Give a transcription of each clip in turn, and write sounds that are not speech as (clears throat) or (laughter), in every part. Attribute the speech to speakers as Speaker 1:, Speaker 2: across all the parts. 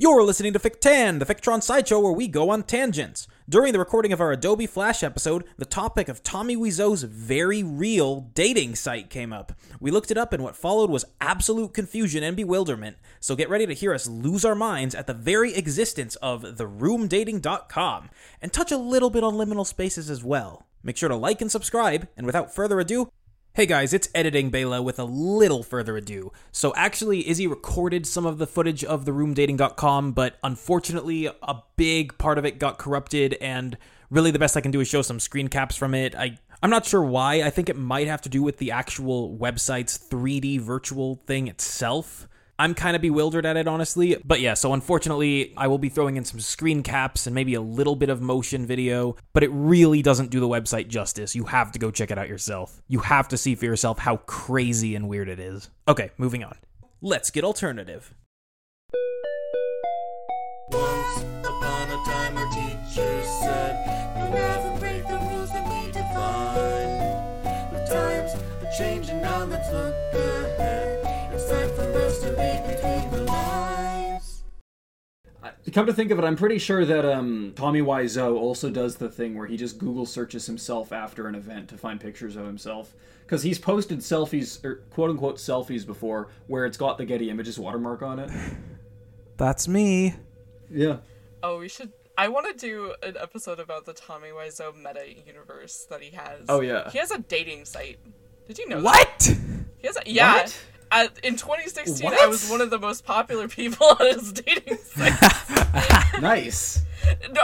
Speaker 1: You're listening to Fic10, the Fictron sideshow where we go on tangents. During the recording of our Adobe Flash episode, the topic of Tommy Wiseau's very real dating site came up. We looked it up, and what followed was absolute confusion and bewilderment. So get ready to hear us lose our minds at the very existence of theroomdating.com and touch a little bit on liminal spaces as well. Make sure to like and subscribe, and without further ado, Hey guys, it's editing Bela with a little further ado. So actually, Izzy recorded some of the footage of the roomdating.com, but unfortunately, a big part of it got corrupted, and really the best I can do is show some screen caps from it. I I'm not sure why. I think it might have to do with the actual website's 3D virtual thing itself. I'm kind of bewildered at it, honestly. But yeah, so unfortunately, I will be throwing in some screen caps and maybe a little bit of motion video, but it really doesn't do the website justice. You have to go check it out yourself. You have to see for yourself how crazy and weird it is. Okay, moving on. Let's get alternative.
Speaker 2: Once upon a time, our teacher said, "You never break the rules that we define." But times are changing now. Let's look ahead. It's time for us to read between the lines.
Speaker 3: Come to think of it, I'm pretty sure that um, Tommy Wiseau also does the thing where he just Google searches himself after an event to find pictures of himself. Because he's posted selfies, or quote unquote selfies, before where it's got the Getty Images watermark on it.
Speaker 1: That's me.
Speaker 3: Yeah.
Speaker 4: Oh, we should. I want to do an episode about the Tommy Wiseau meta universe that he has.
Speaker 3: Oh, yeah.
Speaker 4: he has a dating site. Did you know? That?
Speaker 1: What?
Speaker 4: He has a, yeah.
Speaker 3: What?
Speaker 4: At, in 2016, I
Speaker 3: What?
Speaker 4: was one of the most popular (laughs) people on his
Speaker 3: (laughs)
Speaker 4: dating site.
Speaker 3: Nice.
Speaker 4: No,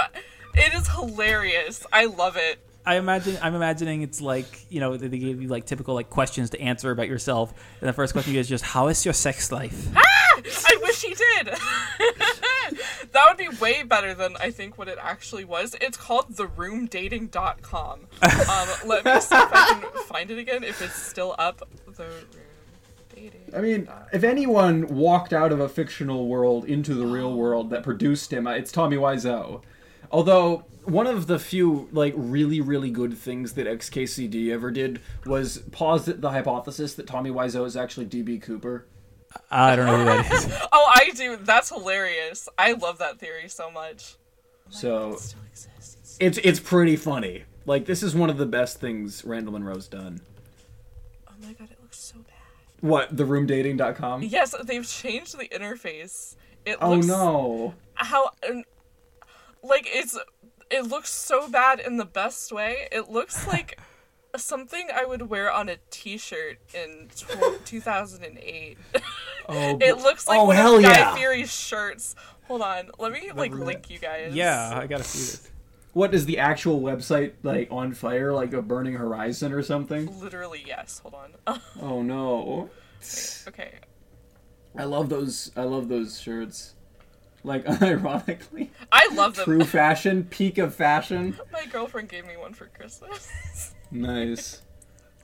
Speaker 4: it is hilarious. I love it.
Speaker 5: I imagine I'm imagining it's like you know they they give you like typical like questions to answer about yourself, and the first question you get is just how is your sex life?
Speaker 4: I wish he did. (laughs) that would be way better than I think what it actually was. It's called theroomdating.com. Um, let me see if I can
Speaker 3: (laughs)
Speaker 4: find it again if it's still up. The room dating.
Speaker 3: I mean, if anyone walked out of a fictional world into the real world that produced him, it's Tommy Wiseau. Although one of the few like really really good things that XKCD ever did was posit the hypothesis that Tommy Wiseau is actually DB Cooper.
Speaker 5: I don't know who that is.
Speaker 4: Oh, I do. That's hilarious. I love that theory so much.
Speaker 3: So
Speaker 4: Oh
Speaker 3: it's it's pretty funny. Like this is one of the best things Randall and Rose done.
Speaker 4: Oh my god, it looks so bad.
Speaker 3: What the roomdating.com?
Speaker 4: Yes, they've changed the interface. It
Speaker 3: Oh
Speaker 4: looks
Speaker 3: no.
Speaker 4: how and- like it's it looks so bad in the best way.
Speaker 3: (laughs)
Speaker 4: It looks like something I would wear on a t-shirt in
Speaker 3: (laughs)
Speaker 4: tw- 2008.
Speaker 3: Oh,
Speaker 4: (laughs) it looks like
Speaker 3: oh,
Speaker 4: one
Speaker 3: hell
Speaker 4: of Guy
Speaker 3: yeah.
Speaker 4: Fieri's shirts. Hold on, let me like link you guys.
Speaker 5: Yeah, I gotta see this.
Speaker 3: What is the actual website like on fire like a burning horizon or something?
Speaker 4: Literally, yes. Hold on. (laughs)
Speaker 3: Oh no.
Speaker 4: okay.
Speaker 3: I love those. I love those shirts. Like (laughs) unironically,
Speaker 4: I love them.
Speaker 3: true fashion, peak of fashion.
Speaker 4: My girlfriend gave me one for Christmas.
Speaker 3: (laughs) Nice.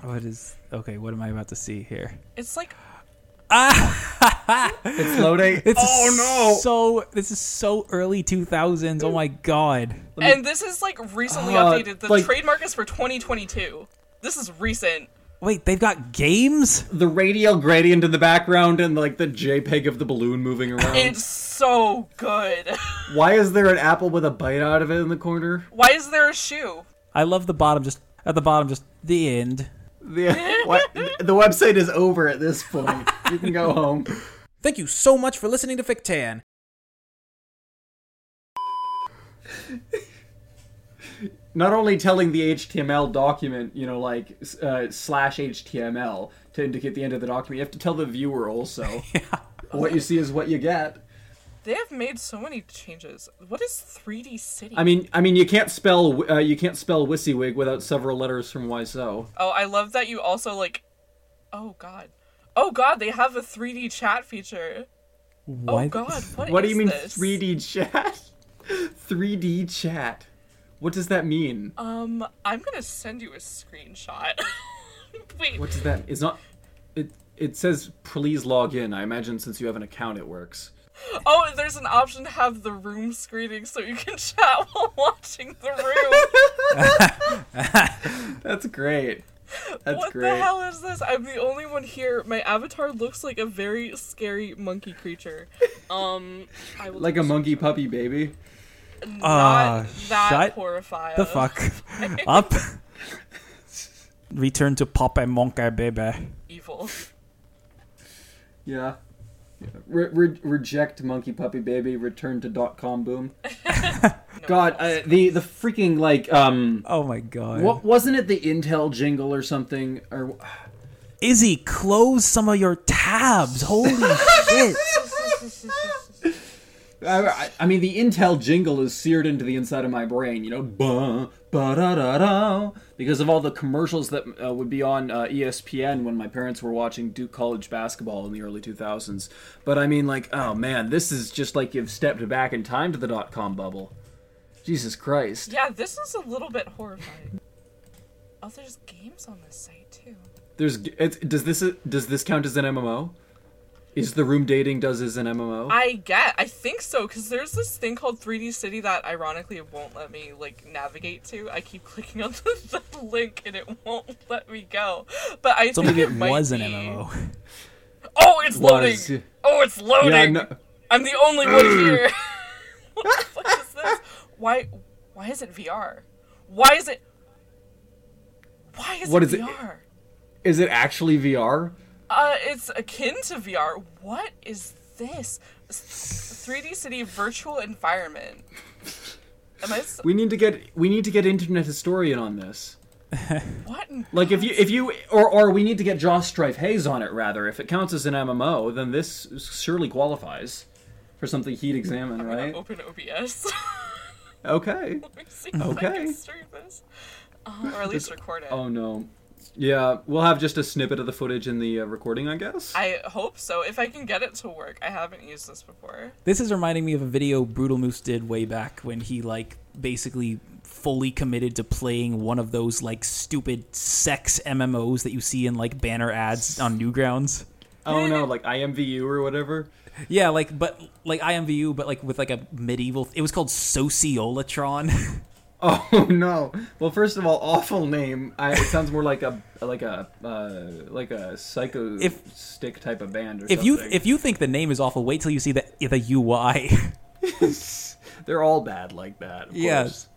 Speaker 5: What is okay? What am I about to see here?
Speaker 4: It's like
Speaker 3: It's low day.
Speaker 5: It's
Speaker 3: oh no.
Speaker 5: So this is so early 2000s. Oh my god.
Speaker 4: And this is like recently
Speaker 3: Uh,
Speaker 4: updated. The
Speaker 3: like-
Speaker 4: trademark is for 2022. This is recent.
Speaker 5: Wait, they've got games.
Speaker 3: the radial gradient in the background and like the JPEG of the balloon moving around.
Speaker 4: It's so good. (laughs)
Speaker 3: Why is there an apple with a bite out of it in the corner?
Speaker 4: Why is there a shoe?
Speaker 5: I love the bottom. Just at the bottom, just the end.
Speaker 3: The what? The website is over at this point. You can go home.
Speaker 1: Thank you so much for listening to Fictan.
Speaker 3: Not only telling the HTML document, you know, like uh, slash HTML to indicate the end of the document, you have to tell the viewer also. What you see is what you get.
Speaker 4: They have made so many changes. What is 3D City?
Speaker 3: I mean, I mean, you can't spell uh, you can't spell WYSIWYG without several letters from YSO.
Speaker 4: oh, I love that you also like. Oh god. Oh god, they have a 3D chat feature.
Speaker 5: What?
Speaker 4: Oh god, what,
Speaker 3: What do
Speaker 4: is
Speaker 3: you mean
Speaker 4: this?
Speaker 3: 3D chat? (laughs) 3D chat. What does that mean?
Speaker 4: Um, I'm gonna send you a screenshot. (laughs) Wait,
Speaker 3: What does that? It's not. It it says please log in. I imagine since you have an account, it works.
Speaker 4: Oh, and there's an option to have the room screening so you can (laughs) chat while watching the room.
Speaker 3: That's great. That's
Speaker 4: what
Speaker 3: great.
Speaker 4: the hell is this? I'm the only one here. My avatar looks like a very scary monkey creature. Um, I will
Speaker 3: Like a monkey puppy baby.
Speaker 1: Ah,
Speaker 4: not that
Speaker 1: shut
Speaker 4: horrifying.
Speaker 1: the fuck
Speaker 4: (laughs)
Speaker 1: up. Return to Pop and Monkey Baby.
Speaker 4: Evil.
Speaker 3: Yeah. Re- re- reject monkey puppy baby. Return to dot com
Speaker 4: (laughs)
Speaker 3: boom. (laughs) God, uh, the the freaking like um.
Speaker 1: Oh my god.
Speaker 3: What wasn't it? The Intel jingle or something? Or
Speaker 1: Izzy, close some of your tabs.
Speaker 4: (laughs)
Speaker 1: Holy shit.
Speaker 3: I, I, I mean, the Intel jingle is seared into the inside of my brain. You know, ba ba da da da, because of all the commercials that uh, would be on uh, ESPN when my parents were watching Duke College basketball in the early 2000s. But I mean, like, oh man, this is just like you've stepped back in time to the dot com bubble. Jesus Christ.
Speaker 4: Yeah, this is a little bit horrifying. Oh, there's games on this site too.
Speaker 3: There's it's, does this does this count as an MMO? Is the room dating does as an MMO?
Speaker 4: I get. I think so because there's this thing called 3D City that, ironically, it won't let me like navigate to. I keep (laughs) clicking on the, the link and it won't let me go. But I
Speaker 1: So
Speaker 4: think
Speaker 1: maybe
Speaker 4: it
Speaker 1: it
Speaker 4: might
Speaker 1: was an
Speaker 4: be-
Speaker 1: MMO.
Speaker 4: Oh, it's loading.
Speaker 3: Was.
Speaker 4: Oh, it's loading.
Speaker 3: yeah, no,
Speaker 4: I'm the
Speaker 3: (clears throat)
Speaker 4: only one here. (laughs) what the fuck is this? Why? Why is it VR? Why is it? Why is
Speaker 3: What
Speaker 4: it
Speaker 3: is it?
Speaker 4: VR?
Speaker 3: is it actually VR?
Speaker 4: Uh, it's akin to VR. What is this? S- 3D City virtual environment. Am I? s-
Speaker 3: We need to get we need to get internet historian on this.
Speaker 4: What? in-
Speaker 3: Like if you if you or or we need to get Joss Strife Hayes on it rather. If it counts as an MMO, then this surely qualifies for something he'd
Speaker 1: (laughs)
Speaker 3: examine, right?
Speaker 4: Open OBS.
Speaker 3: Okay.
Speaker 4: (laughs) Let me see if I
Speaker 3: Okay.
Speaker 4: can stream this. Uh, or at least record it.
Speaker 3: Oh no. Yeah, we'll have just a snippet of the footage in the uh, recording, I guess.
Speaker 4: I hope so. If I can get it to work, I haven't used this before.
Speaker 1: This is reminding me of a video Brutal Moose did way back when he like basically fully committed to playing one of those like stupid sex MMOs that you see in like banner ads on Newgrounds. (laughs)
Speaker 3: oh no, like IMVU or whatever.
Speaker 1: Yeah, like but like IMVU, but like with like a medieval. It was called Sociolatron. (laughs)
Speaker 3: Oh (laughs) no! Well, first of all, awful name. I, it sounds more like a like a uh, like a psycho
Speaker 1: If-
Speaker 3: stick type of band. Or
Speaker 1: if you
Speaker 3: something.
Speaker 1: if you think the name is awful, wait till you see the the UI.
Speaker 3: they're all bad like that. Of
Speaker 1: Yes.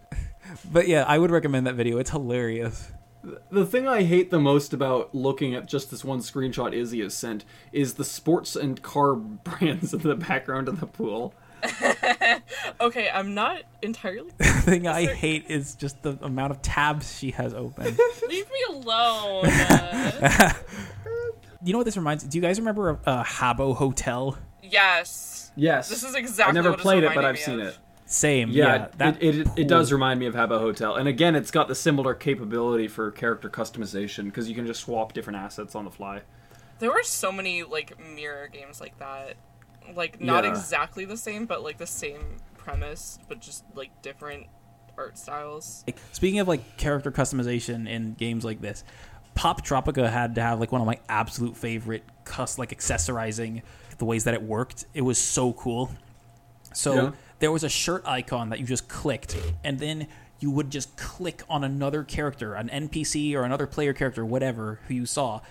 Speaker 1: (laughs) But yeah, I would recommend that video. It's hilarious. (laughs)
Speaker 3: course. The thing I hate the most about looking at just this one screenshot Izzy has sent is the sports and car (laughs) brands in the background of the pool.
Speaker 4: Okay, I'm not entirely. (laughs)
Speaker 1: The thing I hate is just the amount of tabs she has open.
Speaker 4: Leave me alone.
Speaker 3: (laughs)
Speaker 4: Uh,
Speaker 1: you know what this reminds? Do you guys remember uh, Habbo Hotel?
Speaker 4: yes.
Speaker 3: Yes,
Speaker 4: This is exactly
Speaker 3: I never
Speaker 4: what it's
Speaker 3: played it, but
Speaker 4: reminding
Speaker 3: I've
Speaker 4: me
Speaker 3: seen
Speaker 4: of.
Speaker 3: it.
Speaker 1: Same.
Speaker 3: Yeah,
Speaker 1: Yeah. that
Speaker 3: it, it, it does
Speaker 1: pool.
Speaker 3: remind me of Habbo Hotel, and again, it's got the similar capability for character customization because you can just swap different assets on the fly.
Speaker 4: There were so many like mirror games like that. Like not
Speaker 3: Yeah.
Speaker 4: exactly the same, but like the same premise, but just like different art styles.
Speaker 1: Speaking of like character customization in games like this, Pop Tropica had to have like one of my absolute favorite cuss like accessorizing the ways that it worked. It was so cool. So
Speaker 3: Yeah.
Speaker 1: there was a shirt icon that you just clicked, and then you would just click on another character, an NPC or another player character, whatever who you saw,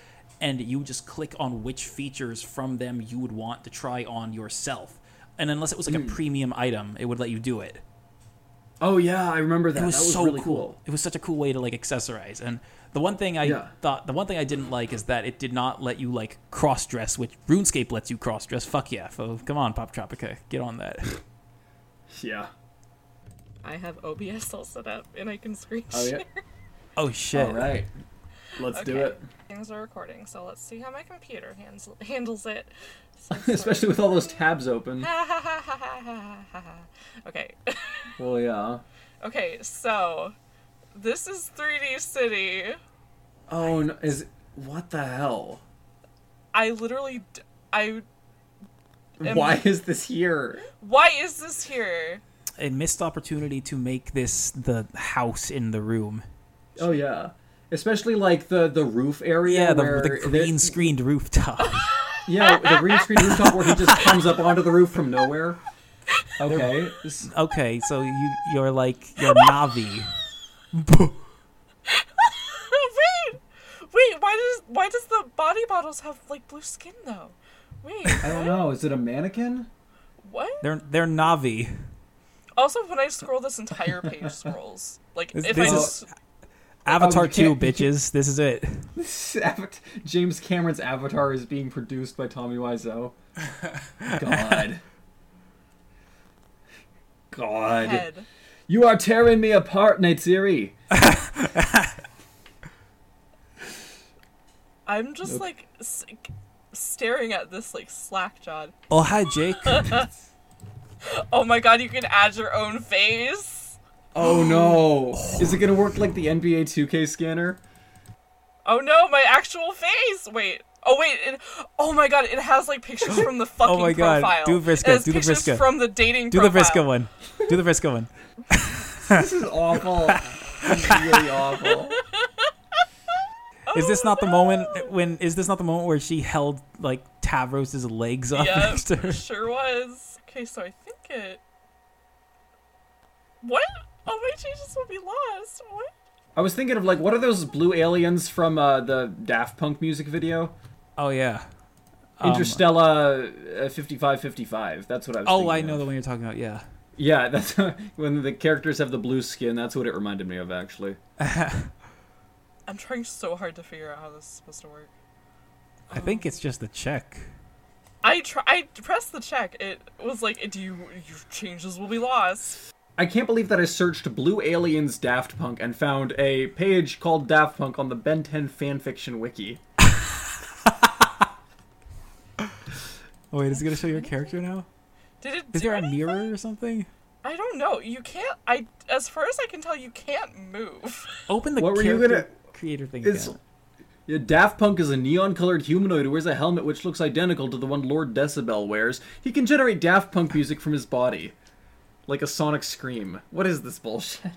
Speaker 1: and you would just click on which features from them you would want to try on yourself. And unless it was like
Speaker 3: Hmm.
Speaker 1: a premium item, it would let you do it
Speaker 3: Oh yeah, I remember that.
Speaker 1: it was,
Speaker 3: that was
Speaker 1: so
Speaker 3: really
Speaker 1: cool.
Speaker 3: cool.
Speaker 1: It was such a cool way to like accessorize. And the one thing I
Speaker 3: Yeah.
Speaker 1: thought, the one thing I didn't like is that it did not let you like cross dress, which RuneScape lets you cross dress. Fuck yeah, fo. Come on, Pop Tropica, get on
Speaker 3: (laughs)
Speaker 1: that.
Speaker 3: Yeah.
Speaker 4: I have OBS (laughs) all set up and I can screen
Speaker 3: Oh
Speaker 4: share. (laughs)
Speaker 3: yeah.
Speaker 1: Oh shit.
Speaker 3: All right. Let's do (laughs)
Speaker 4: Okay.
Speaker 3: it.
Speaker 4: Things are recording, so let's see how my computer hands- handles it. So
Speaker 3: Especially with all those tabs open.
Speaker 4: Ah. okay. (laughs)
Speaker 3: Well, yeah.
Speaker 4: okay, so this is 3D City.
Speaker 3: Oh, no, is what the hell?
Speaker 4: I literally d- I Am-
Speaker 3: Why is this here?
Speaker 4: why is this here?
Speaker 1: A missed opportunity to make this the house in the room.
Speaker 3: Oh yeah. Especially like the the roof area.
Speaker 1: Yeah, the,
Speaker 3: where
Speaker 1: the green screened rooftop. (laughs)
Speaker 3: yeah, the green screen rooftop where he just comes up onto the roof from nowhere. Okay. this-
Speaker 1: okay, so you you're like you're Navi.
Speaker 4: (laughs) Wait! Why does the body models have like blue skin though?
Speaker 1: (laughs)
Speaker 4: Wait,
Speaker 3: I don't know. Is it a mannequin? (laughs)
Speaker 4: what?
Speaker 1: They're they're Navi.
Speaker 4: Also, when I scroll, this entire page scrolls. Like
Speaker 1: This-
Speaker 4: if
Speaker 1: this
Speaker 4: I
Speaker 1: is-
Speaker 4: just
Speaker 1: Avatar
Speaker 3: you
Speaker 1: two,
Speaker 3: can't-
Speaker 1: bitches. This is it.
Speaker 3: Avat- James Cameron's Avatar is being produced by Tommy Wiseau. God. God.
Speaker 4: head,
Speaker 3: You are tearing me apart, Natsiri.
Speaker 4: I'm just like s- staring at this like slack jawed.
Speaker 1: Oh hi, Jake.
Speaker 3: (laughs)
Speaker 4: Oh my god, you can add your own face.
Speaker 3: Oh no. Is it gonna work like the NBA 2K scanner?
Speaker 4: Oh no, my actual face. Wait. Oh wait. It, oh my god, it has
Speaker 1: (laughs)
Speaker 4: like pictures from the fucking
Speaker 1: Oh my God,
Speaker 4: profile.
Speaker 1: do Vriska,
Speaker 4: It has
Speaker 1: do the
Speaker 4: pictures
Speaker 1: Vriska.
Speaker 4: from the dating.
Speaker 1: Do the
Speaker 4: profile.
Speaker 1: Vriska one. Do the Vriska one.
Speaker 3: This is awful. This is really awful.
Speaker 1: Is this not the moment when? Is this not the moment where she held like Tavros's legs
Speaker 4: (laughs)
Speaker 1: up
Speaker 4: Yep,
Speaker 1: next to her?
Speaker 4: sure was. Okay, so I think it. What? Oh, my changes will be lost. What?
Speaker 3: I was thinking of like, what are those blue aliens from uh, the Daft Punk music video?
Speaker 1: Oh yeah. Um,
Speaker 3: Interstellar uh, 5555. That's what I was
Speaker 1: Oh,
Speaker 3: thinking
Speaker 1: I know
Speaker 3: of.
Speaker 1: the one you're talking about. Yeah.
Speaker 3: Yeah, (laughs) that's when the characters have the blue skin. That's what it reminded me of, actually.
Speaker 4: I'm trying so hard to figure out how this is supposed to work.
Speaker 1: I think it's just a check.
Speaker 4: I try. I pressed the check. It was like, "Do you your changes will be lost?"
Speaker 3: I can't believe that I searched Blue Aliens Daft Punk and found a page called Daft Punk on the Ben 10 fanfiction wiki.
Speaker 1: Oh wait, is it gonna show your character now?
Speaker 4: Did it?
Speaker 1: Is
Speaker 4: do
Speaker 1: there a
Speaker 4: any-
Speaker 1: mirror or something?
Speaker 4: I don't know. You can't. I as far as I can tell, you can't move. (laughs)
Speaker 1: Open the
Speaker 3: What were you
Speaker 1: character
Speaker 3: gonna-
Speaker 1: creator thing
Speaker 3: It's-
Speaker 1: again.
Speaker 3: Yeah, Daft Punk is a neon colored humanoid who wears a helmet which looks identical to the one Lord Decibel wears. He can generate Daft Punk music from his body. Like a sonic scream. What is this bullshit?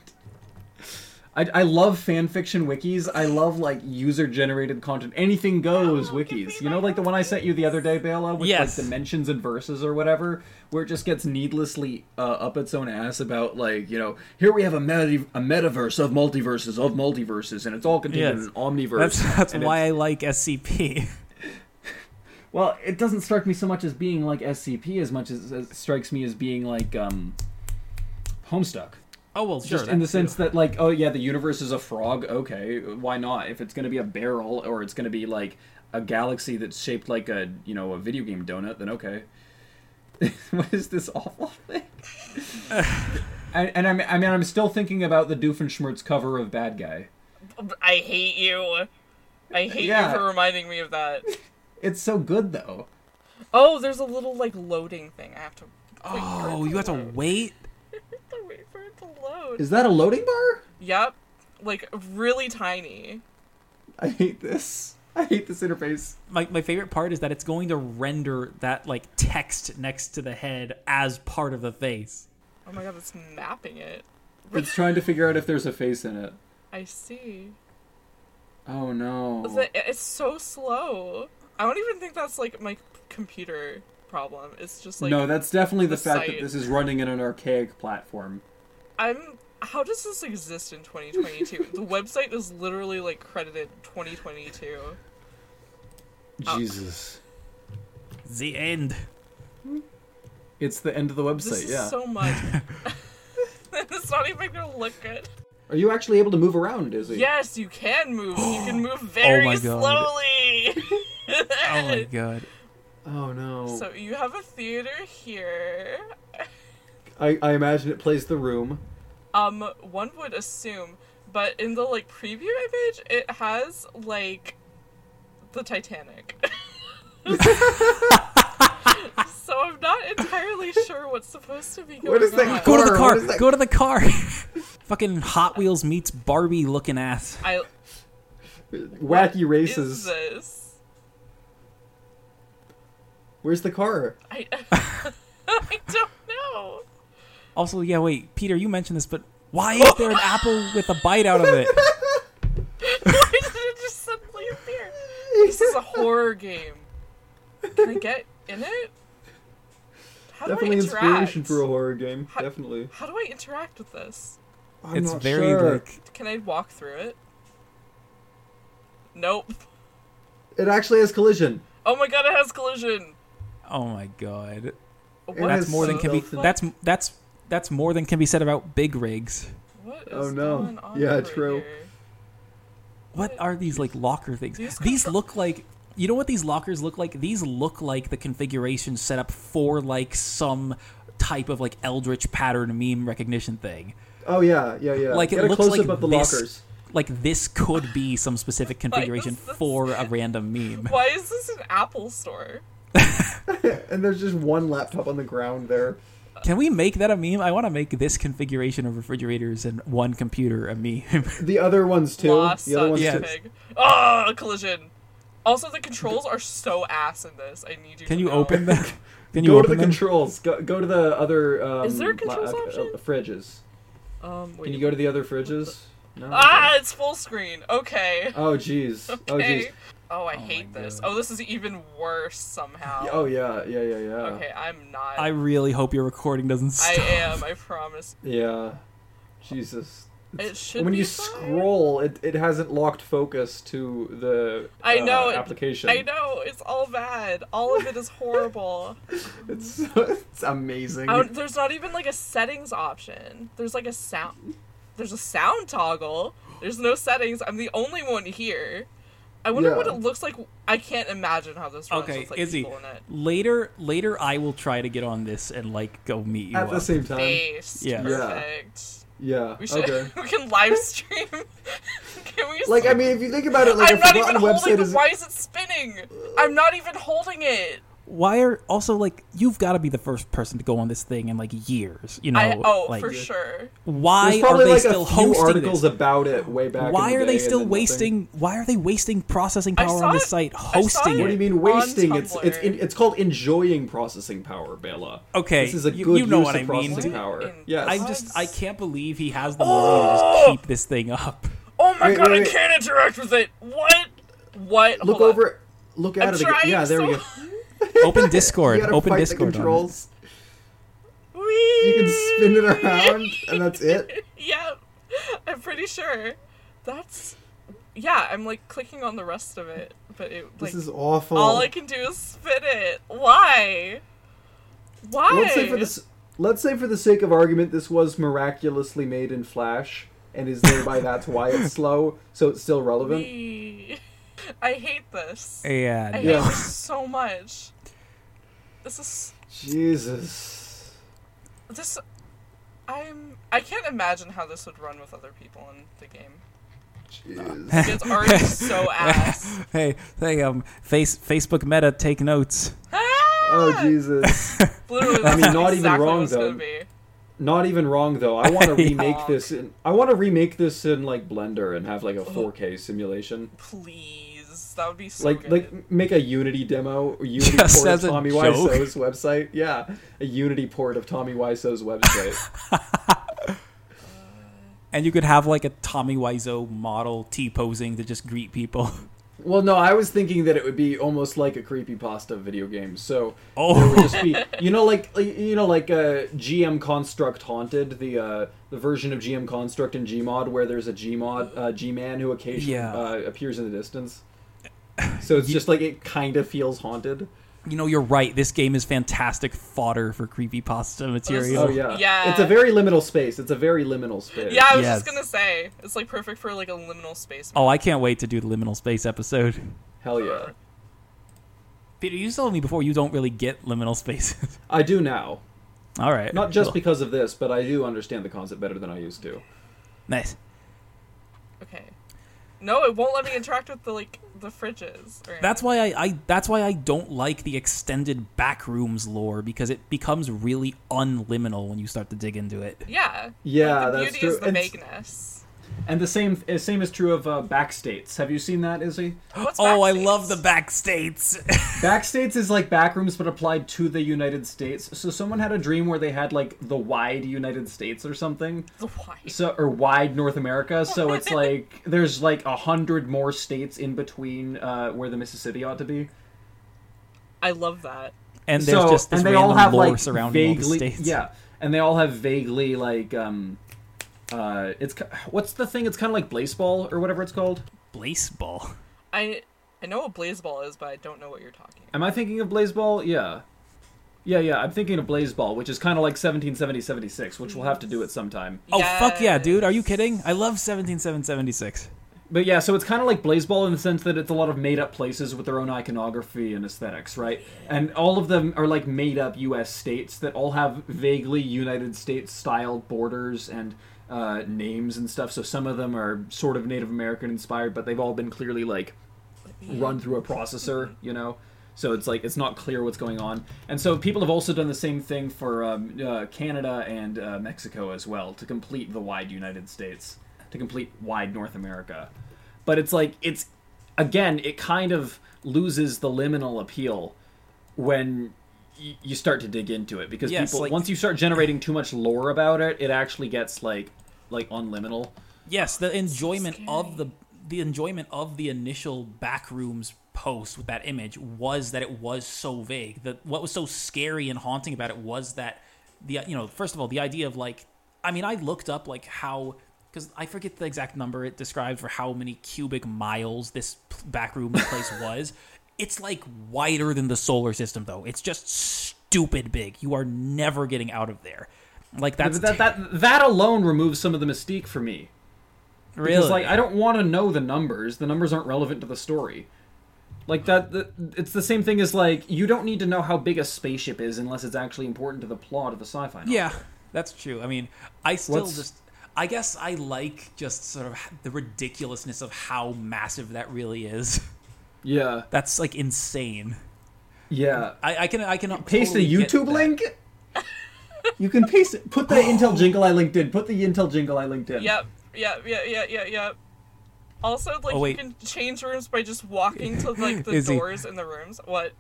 Speaker 3: I, I love fanfiction wikis. I love like user generated content. Anything goes wikis. You know, like the one I sent you the other day, Bela, with
Speaker 1: Yes.
Speaker 3: like dimensions and verses or whatever, where it just gets needlessly uh, up its own ass about like you know, here we have a meta a metaverse of multiverses of multiverses, and it's all contained in
Speaker 1: Yes.
Speaker 3: an omniverse.
Speaker 1: That's (laughs) that's
Speaker 3: and
Speaker 1: why
Speaker 3: it's-
Speaker 1: I like SCP.
Speaker 3: well, it doesn't strike me so much as being like SCP as much as it strikes me as being like um, Homestuck.
Speaker 1: (laughs) Oh well, sure.
Speaker 3: Just in the
Speaker 1: that
Speaker 3: sense
Speaker 1: too.
Speaker 3: that, like, oh yeah, the universe is a frog. Okay, why not? If it's going to be a barrel, or it's going to be like a galaxy that's shaped like a you know a video game donut, then okay. (laughs) what is this awful
Speaker 1: (laughs)
Speaker 3: thing? and and I mean, I mean, I'm still thinking about the Doofenshmirtz cover of Bad Guy.
Speaker 4: I hate you. I hate
Speaker 3: Yeah.
Speaker 4: you for reminding me of that.
Speaker 3: It's so good though.
Speaker 4: Oh, there's a little like loading thing. I have to.
Speaker 1: Oh, you have to wait.
Speaker 4: wait for it to load.
Speaker 3: Is that a loading bar?
Speaker 4: Yep, like really tiny.
Speaker 3: I hate this. I hate this interface.
Speaker 1: My my favorite part is that it's going to render that like text next to the head as part of the face.
Speaker 4: Oh my god, it's mapping it.
Speaker 3: It's trying to figure out if there's a face in it.
Speaker 4: I see.
Speaker 3: Oh no.
Speaker 4: It's- It's so slow. I don't even think that's like my computer problem. It's just like
Speaker 3: no, that's definitely the,
Speaker 4: the
Speaker 3: fact
Speaker 4: site.
Speaker 3: that this is running in an archaic platform.
Speaker 4: I'm. How does this exist in
Speaker 1: (laughs)
Speaker 4: 2022? the website is literally like credited 2022. Oh.
Speaker 3: Jesus.
Speaker 1: The end.
Speaker 3: It's the end of the
Speaker 4: This
Speaker 3: website,
Speaker 4: is
Speaker 3: yeah.
Speaker 1: (laughs)
Speaker 4: so much. (laughs) it's not even gonna look good.
Speaker 3: Are you actually able to move around, Izzy?
Speaker 4: Yes, you can move. You
Speaker 1: (gasps)
Speaker 4: can move very
Speaker 1: Oh my God.
Speaker 4: slowly.
Speaker 1: (laughs) Oh my
Speaker 4: (laughs)
Speaker 1: god.
Speaker 3: Oh no.
Speaker 4: so you have a theater here.
Speaker 3: I, I imagine it plays the room.
Speaker 4: Um, one would assume, but in the like preview image, it has like the Titanic. so I'm not entirely sure what's supposed to be going
Speaker 3: What is that
Speaker 4: on.
Speaker 1: Go to the
Speaker 3: Or
Speaker 1: car.
Speaker 3: what is that-
Speaker 1: Go to the car. (laughs) Fucking Hot Wheels meets Barbie looking ass.
Speaker 4: I
Speaker 3: Wacky
Speaker 4: is
Speaker 3: races.
Speaker 4: this.
Speaker 3: Where's the car?
Speaker 4: I (laughs)
Speaker 3: (laughs)
Speaker 4: I don't know. (laughs)
Speaker 1: Also, yeah, wait, Peter, you mentioned this, but why is there an apple with a bite out of it?
Speaker 4: Why did it just suddenly appear? This is a horror game. Can I get in it? How
Speaker 3: Definitely
Speaker 4: do I interact?
Speaker 3: inspiration for a horror game. Definitely.
Speaker 4: How do I interact with this?
Speaker 3: (laughs) I'm
Speaker 1: It's
Speaker 3: not
Speaker 1: very
Speaker 3: sure.
Speaker 1: like
Speaker 4: Can I walk through it? Nope.
Speaker 6: It actually has collision.
Speaker 4: Oh my god, it has collision.
Speaker 1: Oh my god.
Speaker 4: What
Speaker 6: has
Speaker 1: That's more than
Speaker 6: so
Speaker 1: can be.
Speaker 4: the
Speaker 1: That's that's that's more than can be said about big rigs.
Speaker 4: What is
Speaker 6: Oh, no.
Speaker 4: going on
Speaker 6: Yeah,
Speaker 4: right
Speaker 6: true.
Speaker 4: here?
Speaker 1: What are these like locker things?
Speaker 4: These
Speaker 1: These,
Speaker 4: contro-
Speaker 1: look like. You know what these lockers look like? These look like the configuration set up for like some type of like eldritch pattern meme recognition thing.
Speaker 6: Oh yeah, yeah, yeah.
Speaker 1: Like it
Speaker 6: Get a
Speaker 1: looks
Speaker 6: close
Speaker 1: like
Speaker 6: up of the
Speaker 1: this,
Speaker 6: lockers.
Speaker 1: Like this could
Speaker 4: (laughs)
Speaker 1: be some specific configuration
Speaker 4: is this-
Speaker 1: for
Speaker 4: (laughs)
Speaker 1: a random meme.
Speaker 4: Why is this an Apple store?
Speaker 3: (laughs)
Speaker 6: And there's just one laptop on the ground there.
Speaker 1: Can we make that a meme? I want to make this configuration of refrigerators and one computer a meme. (laughs)
Speaker 6: The other ones too.
Speaker 4: Lost
Speaker 6: the other ones
Speaker 1: yeah.
Speaker 6: too.
Speaker 4: pig. Oh, collision. Also, the controls are so ass in this. I need you.
Speaker 1: Can
Speaker 4: to
Speaker 1: you
Speaker 4: know. (laughs)
Speaker 1: open them? Can you
Speaker 3: Go to
Speaker 1: open
Speaker 3: the
Speaker 1: them?
Speaker 3: controls. Go, go to the other. Um,
Speaker 4: Is there a controls
Speaker 3: uh,
Speaker 4: option?
Speaker 3: uh, fridges.
Speaker 4: Um, wait.
Speaker 3: Can you go to the other fridges? No.
Speaker 4: Ah, it's full screen. Okay.
Speaker 3: Oh jeez. Oh
Speaker 4: Okay.
Speaker 3: jeez.
Speaker 4: Oh, I hate this. Oh, this is even worse somehow.
Speaker 3: Oh yeah. Yeah yeah yeah.
Speaker 4: Okay, I'm not.
Speaker 1: I really hope your recording doesn't
Speaker 4: I (laughs)
Speaker 1: stop.
Speaker 4: am. I promise.
Speaker 3: Yeah. Jesus.
Speaker 4: It should.
Speaker 3: when
Speaker 4: be
Speaker 3: you
Speaker 4: fine.
Speaker 3: scroll, it, it hasn't locked focus to the
Speaker 4: I
Speaker 3: uh,
Speaker 4: know it-
Speaker 3: application.
Speaker 4: I know it's all bad. All of it
Speaker 6: (laughs)
Speaker 4: is horrible.
Speaker 3: (laughs)
Speaker 6: It's, it's amazing.
Speaker 4: I don't- there's not even like a settings option. There's like a sound. There's a sound toggle. There's no settings. I'm the only one here. I wonder
Speaker 6: Yeah.
Speaker 4: what it looks like. I can't imagine how this runs
Speaker 1: Okay,
Speaker 4: with like
Speaker 1: Izzy.
Speaker 4: people in it.
Speaker 1: Later, later, I will try to get on this and like go meet you.
Speaker 6: At the
Speaker 1: up.
Speaker 6: same time.
Speaker 4: Based.
Speaker 1: Yeah. Yeah.
Speaker 4: Perfect.
Speaker 6: Yeah.
Speaker 4: We should. (laughs)
Speaker 3: Okay.
Speaker 4: we can live stream. (laughs) can we?
Speaker 6: Like I
Speaker 4: (laughs)
Speaker 6: mean, if you think about it, like
Speaker 4: I'm
Speaker 6: a
Speaker 4: not
Speaker 6: forgotten
Speaker 4: even holding.
Speaker 6: website
Speaker 4: The,
Speaker 6: is
Speaker 4: why is it spinning? I'm not even holding it.
Speaker 1: Why are also like you've got to be the first person to go on this thing in like years? You know,
Speaker 4: I oh
Speaker 1: like
Speaker 4: for sure.
Speaker 1: why
Speaker 6: there's
Speaker 1: are
Speaker 6: probably
Speaker 1: they
Speaker 6: like
Speaker 1: still
Speaker 6: a few
Speaker 1: hosting
Speaker 6: articles
Speaker 1: this?
Speaker 6: about it way back.
Speaker 1: Why
Speaker 6: in the
Speaker 1: are
Speaker 6: day
Speaker 1: they
Speaker 6: and
Speaker 1: still
Speaker 6: then nothing.
Speaker 1: wasting? Why are they wasting processing
Speaker 4: I
Speaker 1: power
Speaker 4: saw
Speaker 1: on this
Speaker 4: it-
Speaker 1: site
Speaker 4: I saw
Speaker 1: hosting
Speaker 4: it.
Speaker 1: it?
Speaker 6: What do you mean
Speaker 4: on
Speaker 6: wasting? It's it's
Speaker 4: Tumblr.
Speaker 6: in, it's called enjoying processing power, Bella.
Speaker 1: Okay,
Speaker 6: this is a
Speaker 1: you-
Speaker 6: good
Speaker 1: you know
Speaker 6: use
Speaker 1: what
Speaker 6: of
Speaker 1: I mean,
Speaker 6: processing
Speaker 1: dude.
Speaker 6: power.
Speaker 4: In-
Speaker 6: Yes,
Speaker 1: I'm
Speaker 4: What?
Speaker 1: just I can't believe he has the morale to just keep this
Speaker 6: (laughs)
Speaker 1: thing up.
Speaker 4: Oh my
Speaker 6: Wait,
Speaker 4: god!
Speaker 6: wait,
Speaker 4: I
Speaker 6: wait.
Speaker 4: can't interact with it. What? What?
Speaker 6: look
Speaker 4: Hold on.
Speaker 6: over, look at
Speaker 4: I'm
Speaker 6: it again.
Speaker 4: trying
Speaker 6: Yeah, there
Speaker 4: so
Speaker 6: we go.
Speaker 1: Open Discord.
Speaker 6: You gotta
Speaker 1: Open
Speaker 6: fight
Speaker 1: Discord. on
Speaker 6: the
Speaker 1: it.
Speaker 6: controls.
Speaker 4: Whee!
Speaker 6: You can (laughs) spin it around, and that's it.
Speaker 4: Yep. I'm pretty sure. That's. Yeah, I'm like clicking on the rest of it, but it like
Speaker 6: This is awful.
Speaker 4: all I can do is spin it. Why? Why?
Speaker 6: let's say for this, let's say for the sake of argument, this was miraculously made in Flash, and is thereby that's why it's slow, so it's still relevant.
Speaker 4: Whee. I hate this.
Speaker 1: Yeah.
Speaker 4: I
Speaker 1: no.
Speaker 4: hate
Speaker 6: Yeah. (laughs)
Speaker 4: this so much. This is
Speaker 6: Jesus.
Speaker 4: this. I'm. I can't imagine how this would run with other people in the game.
Speaker 6: Jeez.
Speaker 4: It's already so ass.
Speaker 1: Hey, hey, um, face Facebook Meta, take notes.
Speaker 3: Ah!
Speaker 6: Oh Jesus!
Speaker 4: Literally, that's
Speaker 6: mean, not
Speaker 4: exactly
Speaker 6: even wrong,
Speaker 4: what it's
Speaker 6: though.
Speaker 4: gonna be.
Speaker 6: (laughs) Not even wrong though. I (laughs) want to remake
Speaker 4: Honk.
Speaker 6: this. In, I want to remake this in like Blender and have like a 4K simulation.
Speaker 4: Please, that would be so
Speaker 6: like
Speaker 4: good.
Speaker 6: like make a Unity demo, Unity
Speaker 1: Just
Speaker 6: port of
Speaker 1: as a
Speaker 6: Tommy
Speaker 1: joke.
Speaker 6: Wiseau's website. Yeah, a Unity port of Tommy Wiseau's website.
Speaker 1: And you could have like a Tommy Wiseau model T posing to just greet people. (laughs)
Speaker 6: well, no, I was thinking that it would be almost like a creepypasta video game. So it would
Speaker 1: Oh,
Speaker 6: just be you know like like- you know like uh, GM Construct Haunted, the uh, the version of GM Construct in Gmod where there's a Gmod uh, G-man who occasionally
Speaker 1: Yeah.
Speaker 6: uh, appears in the distance. So it's just like it kind of feels haunted.
Speaker 1: you know, you're right. This game is fantastic fodder for creepypasta material.
Speaker 6: Oh yeah,
Speaker 4: Yeah.
Speaker 6: It's a very liminal space. It's a very liminal space.
Speaker 4: yeah, I was
Speaker 1: Yes.
Speaker 4: just gonna say it's like perfect for like a liminal space.
Speaker 1: Oh, I can't wait to do the Liminal Space episode.
Speaker 6: Hell yeah.
Speaker 1: Peter, you told me before you don't really get liminal (laughs) spaces.
Speaker 6: I do now.
Speaker 1: All right.
Speaker 6: Not just
Speaker 1: cool.
Speaker 6: because of this, but I do understand the concept better than I used to.
Speaker 1: Nice.
Speaker 4: Okay. No, it won't let me interact with the like the fridges. Or
Speaker 1: That's why I, I that's why I don't like the extended backrooms lore because it becomes really unliminal when you start to dig into it.
Speaker 4: yeah.
Speaker 6: Yeah,
Speaker 4: Like, the
Speaker 6: that's
Speaker 4: beauty
Speaker 6: true.
Speaker 4: is the
Speaker 6: And-
Speaker 1: (gasps)
Speaker 4: vagueness.
Speaker 3: And the same uh, same is true of uh, Backstates. Have you seen that, Izzy?
Speaker 4: What's
Speaker 1: Oh, I
Speaker 4: backseats?
Speaker 1: love the backstates.
Speaker 3: Backstates is like backrooms, but applied to the United States. So someone had a dream where they had like the wide United States or something,
Speaker 4: (laughs) the why.
Speaker 3: so or wide North America. So it's like there's like a hundred more states in between uh, where the Mississippi ought to be.
Speaker 4: I love that.
Speaker 1: (laughs) and there's
Speaker 3: so
Speaker 1: just this
Speaker 3: and they
Speaker 1: random
Speaker 3: all have
Speaker 1: lore
Speaker 3: like
Speaker 1: surrounding all
Speaker 3: vaguely,
Speaker 1: the states.
Speaker 3: yeah, and they all have vaguely like um, uh, it's ki- what's the thing? It's kind of like baseball or whatever it's called.
Speaker 1: Baseball.
Speaker 4: I I I know what Blazeball is, but I don't know what you're talking about.
Speaker 3: Am I thinking of Blazeball? Yeah. Yeah, yeah, I'm thinking of Blazeball, which is kind of like 1770 76, which we'll have to do at some time.
Speaker 1: Oh fuck yeah, dude! Are you kidding? I love 17776.
Speaker 3: But yeah, so it's kind of like Blazeball in the sense that it's a lot of made up places with their own iconography and aesthetics, right? And all of them are like made up US states that all have vaguely United States style borders and uh, names and stuff. So some of them are sort of Native American inspired, but they've all been clearly like run through a processor, you know? So it's like it's not clear what's going on. And so people have also done the same thing for um, uh, Canada and uh, Mexico as well to complete the wide United States, to complete wide North America. But it's like it's again, it kind of loses the liminal appeal when y- you start to dig into it because
Speaker 1: Yes,
Speaker 3: people
Speaker 1: like-
Speaker 3: once you start generating too much lore about it, it actually gets like like unliminal.
Speaker 1: Yes, the enjoyment of the the enjoyment of the initial backrooms post with that image was that it was so vague. That what was so scary and haunting about it was that the you know first of all the idea of like I mean I looked up like how because I forget the exact number it described for how many cubic miles this p- backroom place was. It's like wider than the solar system though. It's just stupid big. You are never getting out of there. Like that's
Speaker 3: But that, that that alone removes some of the mystique for me.
Speaker 1: really
Speaker 3: Because like I don't want to know the numbers. The numbers aren't relevant to the story. Like that, the, it's the same thing as like you don't need to know how big a spaceship is unless it's actually important to the plot of a sci-fi. Novel.
Speaker 1: Yeah, that's true. I mean, I still
Speaker 3: What's-
Speaker 1: just. I guess I like just sort of h- the ridiculousness of how massive that really is. (laughs)
Speaker 3: yeah,
Speaker 1: That's like insane.
Speaker 3: yeah.
Speaker 1: I, I can I can
Speaker 3: Paste
Speaker 1: totally
Speaker 3: a
Speaker 1: get
Speaker 3: YouTube
Speaker 1: that. (laughs)
Speaker 3: link.
Speaker 7: You can paste it. Put
Speaker 1: Oh.
Speaker 7: the Intel jingle I linked in. Put the Intel jingle I linked in.
Speaker 4: Yep, yep, yep, yep, yep, yep. Also, like
Speaker 1: Oh, wait.
Speaker 4: you can change rooms by just walking to
Speaker 1: (laughs)
Speaker 4: like the
Speaker 1: Izzy.
Speaker 4: doors in the rooms. What?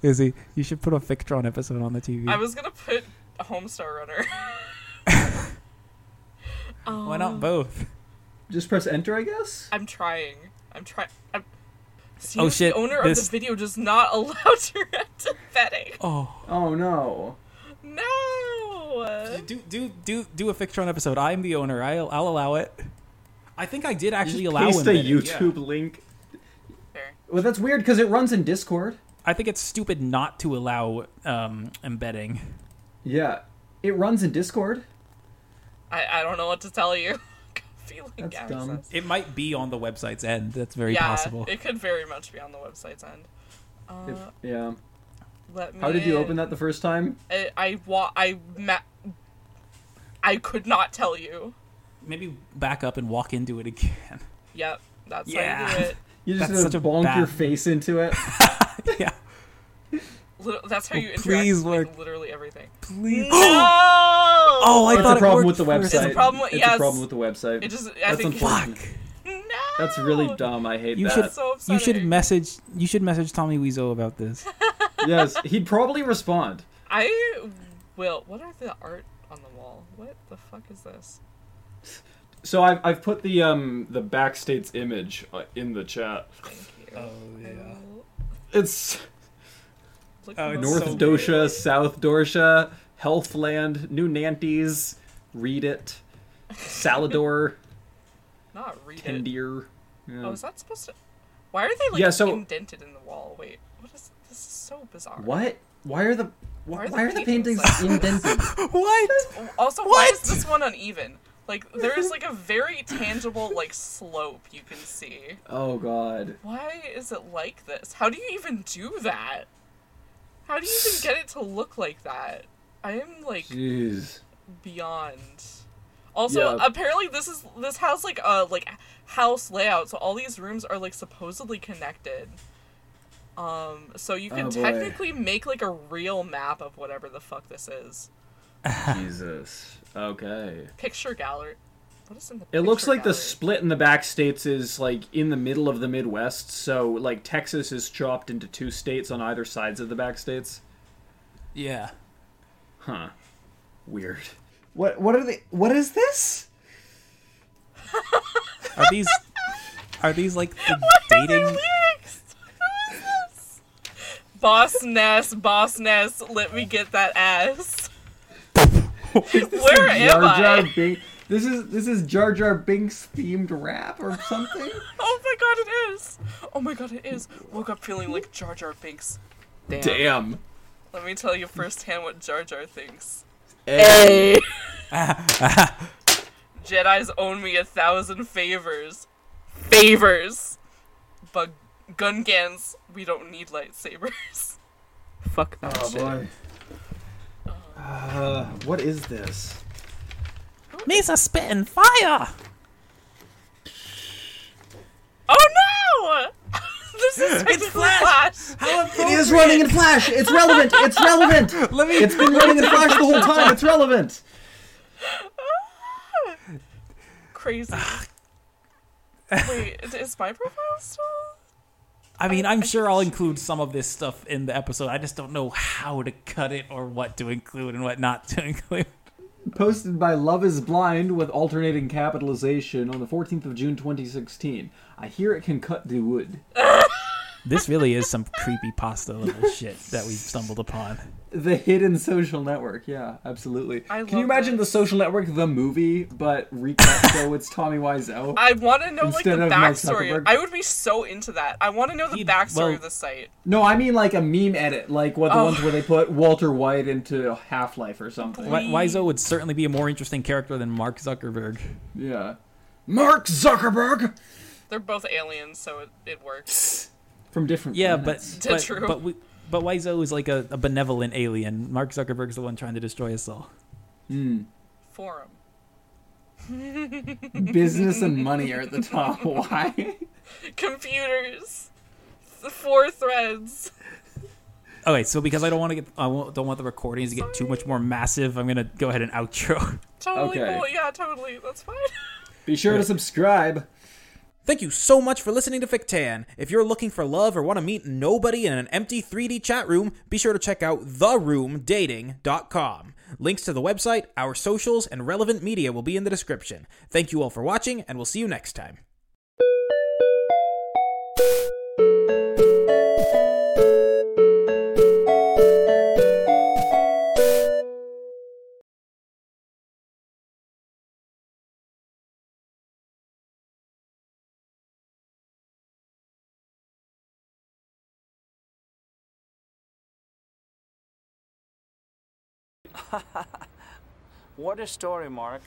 Speaker 1: Izzy, you should put a Fictron episode on the TV.
Speaker 4: I was gonna put Homestar Runner. (laughs)
Speaker 1: Why not both?
Speaker 7: Just press enter, I guess.
Speaker 4: I'm trying. I'm trying. I'm... Seems
Speaker 1: Oh, shit,
Speaker 4: The owner
Speaker 1: this-
Speaker 4: of the video does not (laughs) allow direct betting.
Speaker 1: Oh,
Speaker 7: Oh no.
Speaker 4: No.
Speaker 1: do do do do a Fictron episode. I'm the owner. I'll I'll allow it. I think I did actually allow
Speaker 7: Paste
Speaker 1: him.
Speaker 7: the
Speaker 1: in it, yeah.
Speaker 7: YouTube link.
Speaker 4: Fair.
Speaker 7: Well, that's weird because it runs in Discord.
Speaker 1: I think it's stupid not to allow um, embedding.
Speaker 7: Yeah, it runs in Discord.
Speaker 4: I, I don't know what to tell you. (laughs) Feeling
Speaker 7: That's
Speaker 4: access.
Speaker 7: dumb.
Speaker 1: It might be on the website's end. That's very
Speaker 4: yeah,
Speaker 1: possible.
Speaker 4: it could very much be on the website's end. Uh,
Speaker 7: If, yeah.
Speaker 4: let me
Speaker 7: How did you
Speaker 1: eh.
Speaker 7: open
Speaker 4: in.
Speaker 7: that the first time?
Speaker 4: I I wa- I ma- I could not tell you.
Speaker 1: maybe back up and walk into it again. (laughs)
Speaker 4: Yep, that's how
Speaker 1: Yeah.
Speaker 4: you do it.
Speaker 7: You just
Speaker 1: That's
Speaker 7: gonna
Speaker 1: such a
Speaker 7: bonk your
Speaker 1: bad-
Speaker 7: face into it.
Speaker 1: yeah.
Speaker 4: Lit- That's how you interact
Speaker 1: please
Speaker 4: with like,
Speaker 1: work.
Speaker 4: literally
Speaker 1: (gasps)
Speaker 4: everything.
Speaker 1: Please.
Speaker 4: no. Oh,
Speaker 1: oh, I
Speaker 7: it's
Speaker 1: thought
Speaker 7: a problem
Speaker 1: it
Speaker 7: with
Speaker 1: worked
Speaker 7: the
Speaker 1: for a
Speaker 7: website.
Speaker 4: It's a
Speaker 1: second.
Speaker 4: problem with-
Speaker 7: It's a
Speaker 4: yes.
Speaker 7: problem with the website.
Speaker 4: It just I
Speaker 3: That's
Speaker 4: think
Speaker 3: unfortunate.
Speaker 1: Fuck.
Speaker 4: no.
Speaker 3: That's really dumb. I hate
Speaker 1: You (laughs)
Speaker 3: that.
Speaker 1: should-
Speaker 4: So
Speaker 1: You should
Speaker 4: upsetting.
Speaker 1: message. You should message Tommy Wiseau about this.
Speaker 3: (laughs) yes, he'd probably respond.
Speaker 4: I will. What are the art on the wall? What the fuck is this?
Speaker 3: So I've, I've put the um the backstates image uh, in the chat.
Speaker 4: Thank you. Oh yeah.
Speaker 3: It's
Speaker 4: Look
Speaker 1: Oh,
Speaker 4: most-
Speaker 1: it's
Speaker 3: North
Speaker 1: so
Speaker 3: Dosha, South Dosha, Healthland, New Nantes, Read It, Salador,
Speaker 4: not read it.
Speaker 3: Tendir.
Speaker 4: Oh, is that supposed to? Why are they like
Speaker 3: Yeah, so-
Speaker 4: indented in the wall? Wait, what is this? Is so bizarre.
Speaker 7: What? Why are the why,
Speaker 4: Why are the
Speaker 7: why are the
Speaker 4: paintings
Speaker 7: paintings
Speaker 3: (laughs)
Speaker 7: indented?
Speaker 1: (laughs) what?
Speaker 4: Oh, Also, why is
Speaker 1: What?
Speaker 4: this one uneven? Like, there's like a very tangible like slope you can see.
Speaker 7: Oh god.
Speaker 4: Why is it like this? How do you even do that? How do you even get it to look like that? I am like
Speaker 7: Jeez.
Speaker 4: beyond. Also,
Speaker 3: Yeah.
Speaker 4: apparently this is this has like a like house layout, so all these rooms are like supposedly connected. Um, so you can
Speaker 7: Oh, boy.
Speaker 4: technically make like a real map of whatever the fuck this is.
Speaker 3: Jesus. Okay.
Speaker 4: Picture gallery. What is in the?
Speaker 3: It looks
Speaker 4: picture
Speaker 3: like the
Speaker 4: gallery?
Speaker 3: split in the back states is like in the middle of the Midwest, so like Texas is chopped into two states on either sides of the back states.
Speaker 1: Yeah.
Speaker 3: Huh. Weird.
Speaker 7: What what are they what is this?
Speaker 1: Are these? Are these like (laughs) the dating?
Speaker 4: Boss Ness, Boss Ness, let me get that ass. Where am
Speaker 7: Jar Jar
Speaker 4: I?
Speaker 3: (laughs)
Speaker 7: Bink. This is this is Jar Jar Binks themed rap or something.
Speaker 4: Oh my god, it is! Oh my god, it is! Woke up feeling like Jar Jar Binks. Damn.
Speaker 8: Damn.
Speaker 4: Let me tell you firsthand what Jar Jar thinks.
Speaker 8: Hey.
Speaker 4: (laughs) Jedi's own me a thousand favors. Favors! But gun gans, we don't need lightsabers. (laughs) Fuck that
Speaker 8: Oh
Speaker 4: shit.
Speaker 8: boy. Uh, what is this?
Speaker 1: Mesa spitting fire.
Speaker 4: Oh no! (laughs) this is it's Flash!
Speaker 8: It is running in Flash. It's relevant. It's relevant.
Speaker 4: (laughs)
Speaker 1: Let me.
Speaker 8: It's been running in Flash the whole time. It's relevant.
Speaker 4: Crazy.
Speaker 3: Ah.
Speaker 4: Wait, is, is my profile still?
Speaker 1: I mean, I'm sure I'll include some of this stuff in the episode. I just don't know how to cut it or what to include and what not to (laughs) include.
Speaker 3: Posted by Love is Blind with alternating capitalization on the 14th of June 2016. I hear it can cut the wood.
Speaker 1: This really is some creepy pasta level shit that we've stumbled upon.
Speaker 3: The hidden social network. Yeah, absolutely.
Speaker 4: I
Speaker 3: can you
Speaker 4: love
Speaker 3: imagine
Speaker 4: it.
Speaker 3: the social network, the movie, but
Speaker 4: (laughs)
Speaker 3: recap so it's Tommy Wiseau?
Speaker 4: I want to know
Speaker 3: Instead
Speaker 4: like
Speaker 3: of
Speaker 4: the
Speaker 3: Mark
Speaker 4: backstory.
Speaker 3: Zuckerberg.
Speaker 4: I would be so into that. I want to know the
Speaker 1: He'd-
Speaker 4: backstory
Speaker 1: well-
Speaker 4: of the site.
Speaker 3: No, I mean like a meme edit, like what the
Speaker 4: Oh.
Speaker 3: ones where they put Walter White into Half Life or something.
Speaker 1: Wi- Wiseau would certainly be a more interesting character than Mark Zuckerberg.
Speaker 3: Yeah. Mark Zuckerberg
Speaker 4: They're both aliens, so it, it works.
Speaker 3: from different.
Speaker 1: Yeah, but
Speaker 3: planets.
Speaker 1: but,
Speaker 4: true.
Speaker 1: but we. But Wiseau is like a, a benevolent alien. Mark Zuckerberg's the one trying to destroy us all.
Speaker 4: Forum.
Speaker 3: business and money are at the top. (laughs) Why?
Speaker 4: Computers. Th- Four threads.
Speaker 1: Okay, so because I don't want to get, I won't, don't want the recordings to get too much more massive. I'm gonna go ahead and outro. (laughs)
Speaker 4: Totally
Speaker 3: Okay.
Speaker 4: cool. Yeah, totally. That's fine. (laughs)
Speaker 3: Be sure to subscribe.
Speaker 9: Thank you so much for listening to Fictan. If you're looking for love or want to meet nobody in an empty 3D chat room, be sure to check out theroomdating.com. Links to the website, our socials, and relevant media will be in the description. Thank you all for watching, and we'll see you next time.
Speaker 10: What a story, Mark.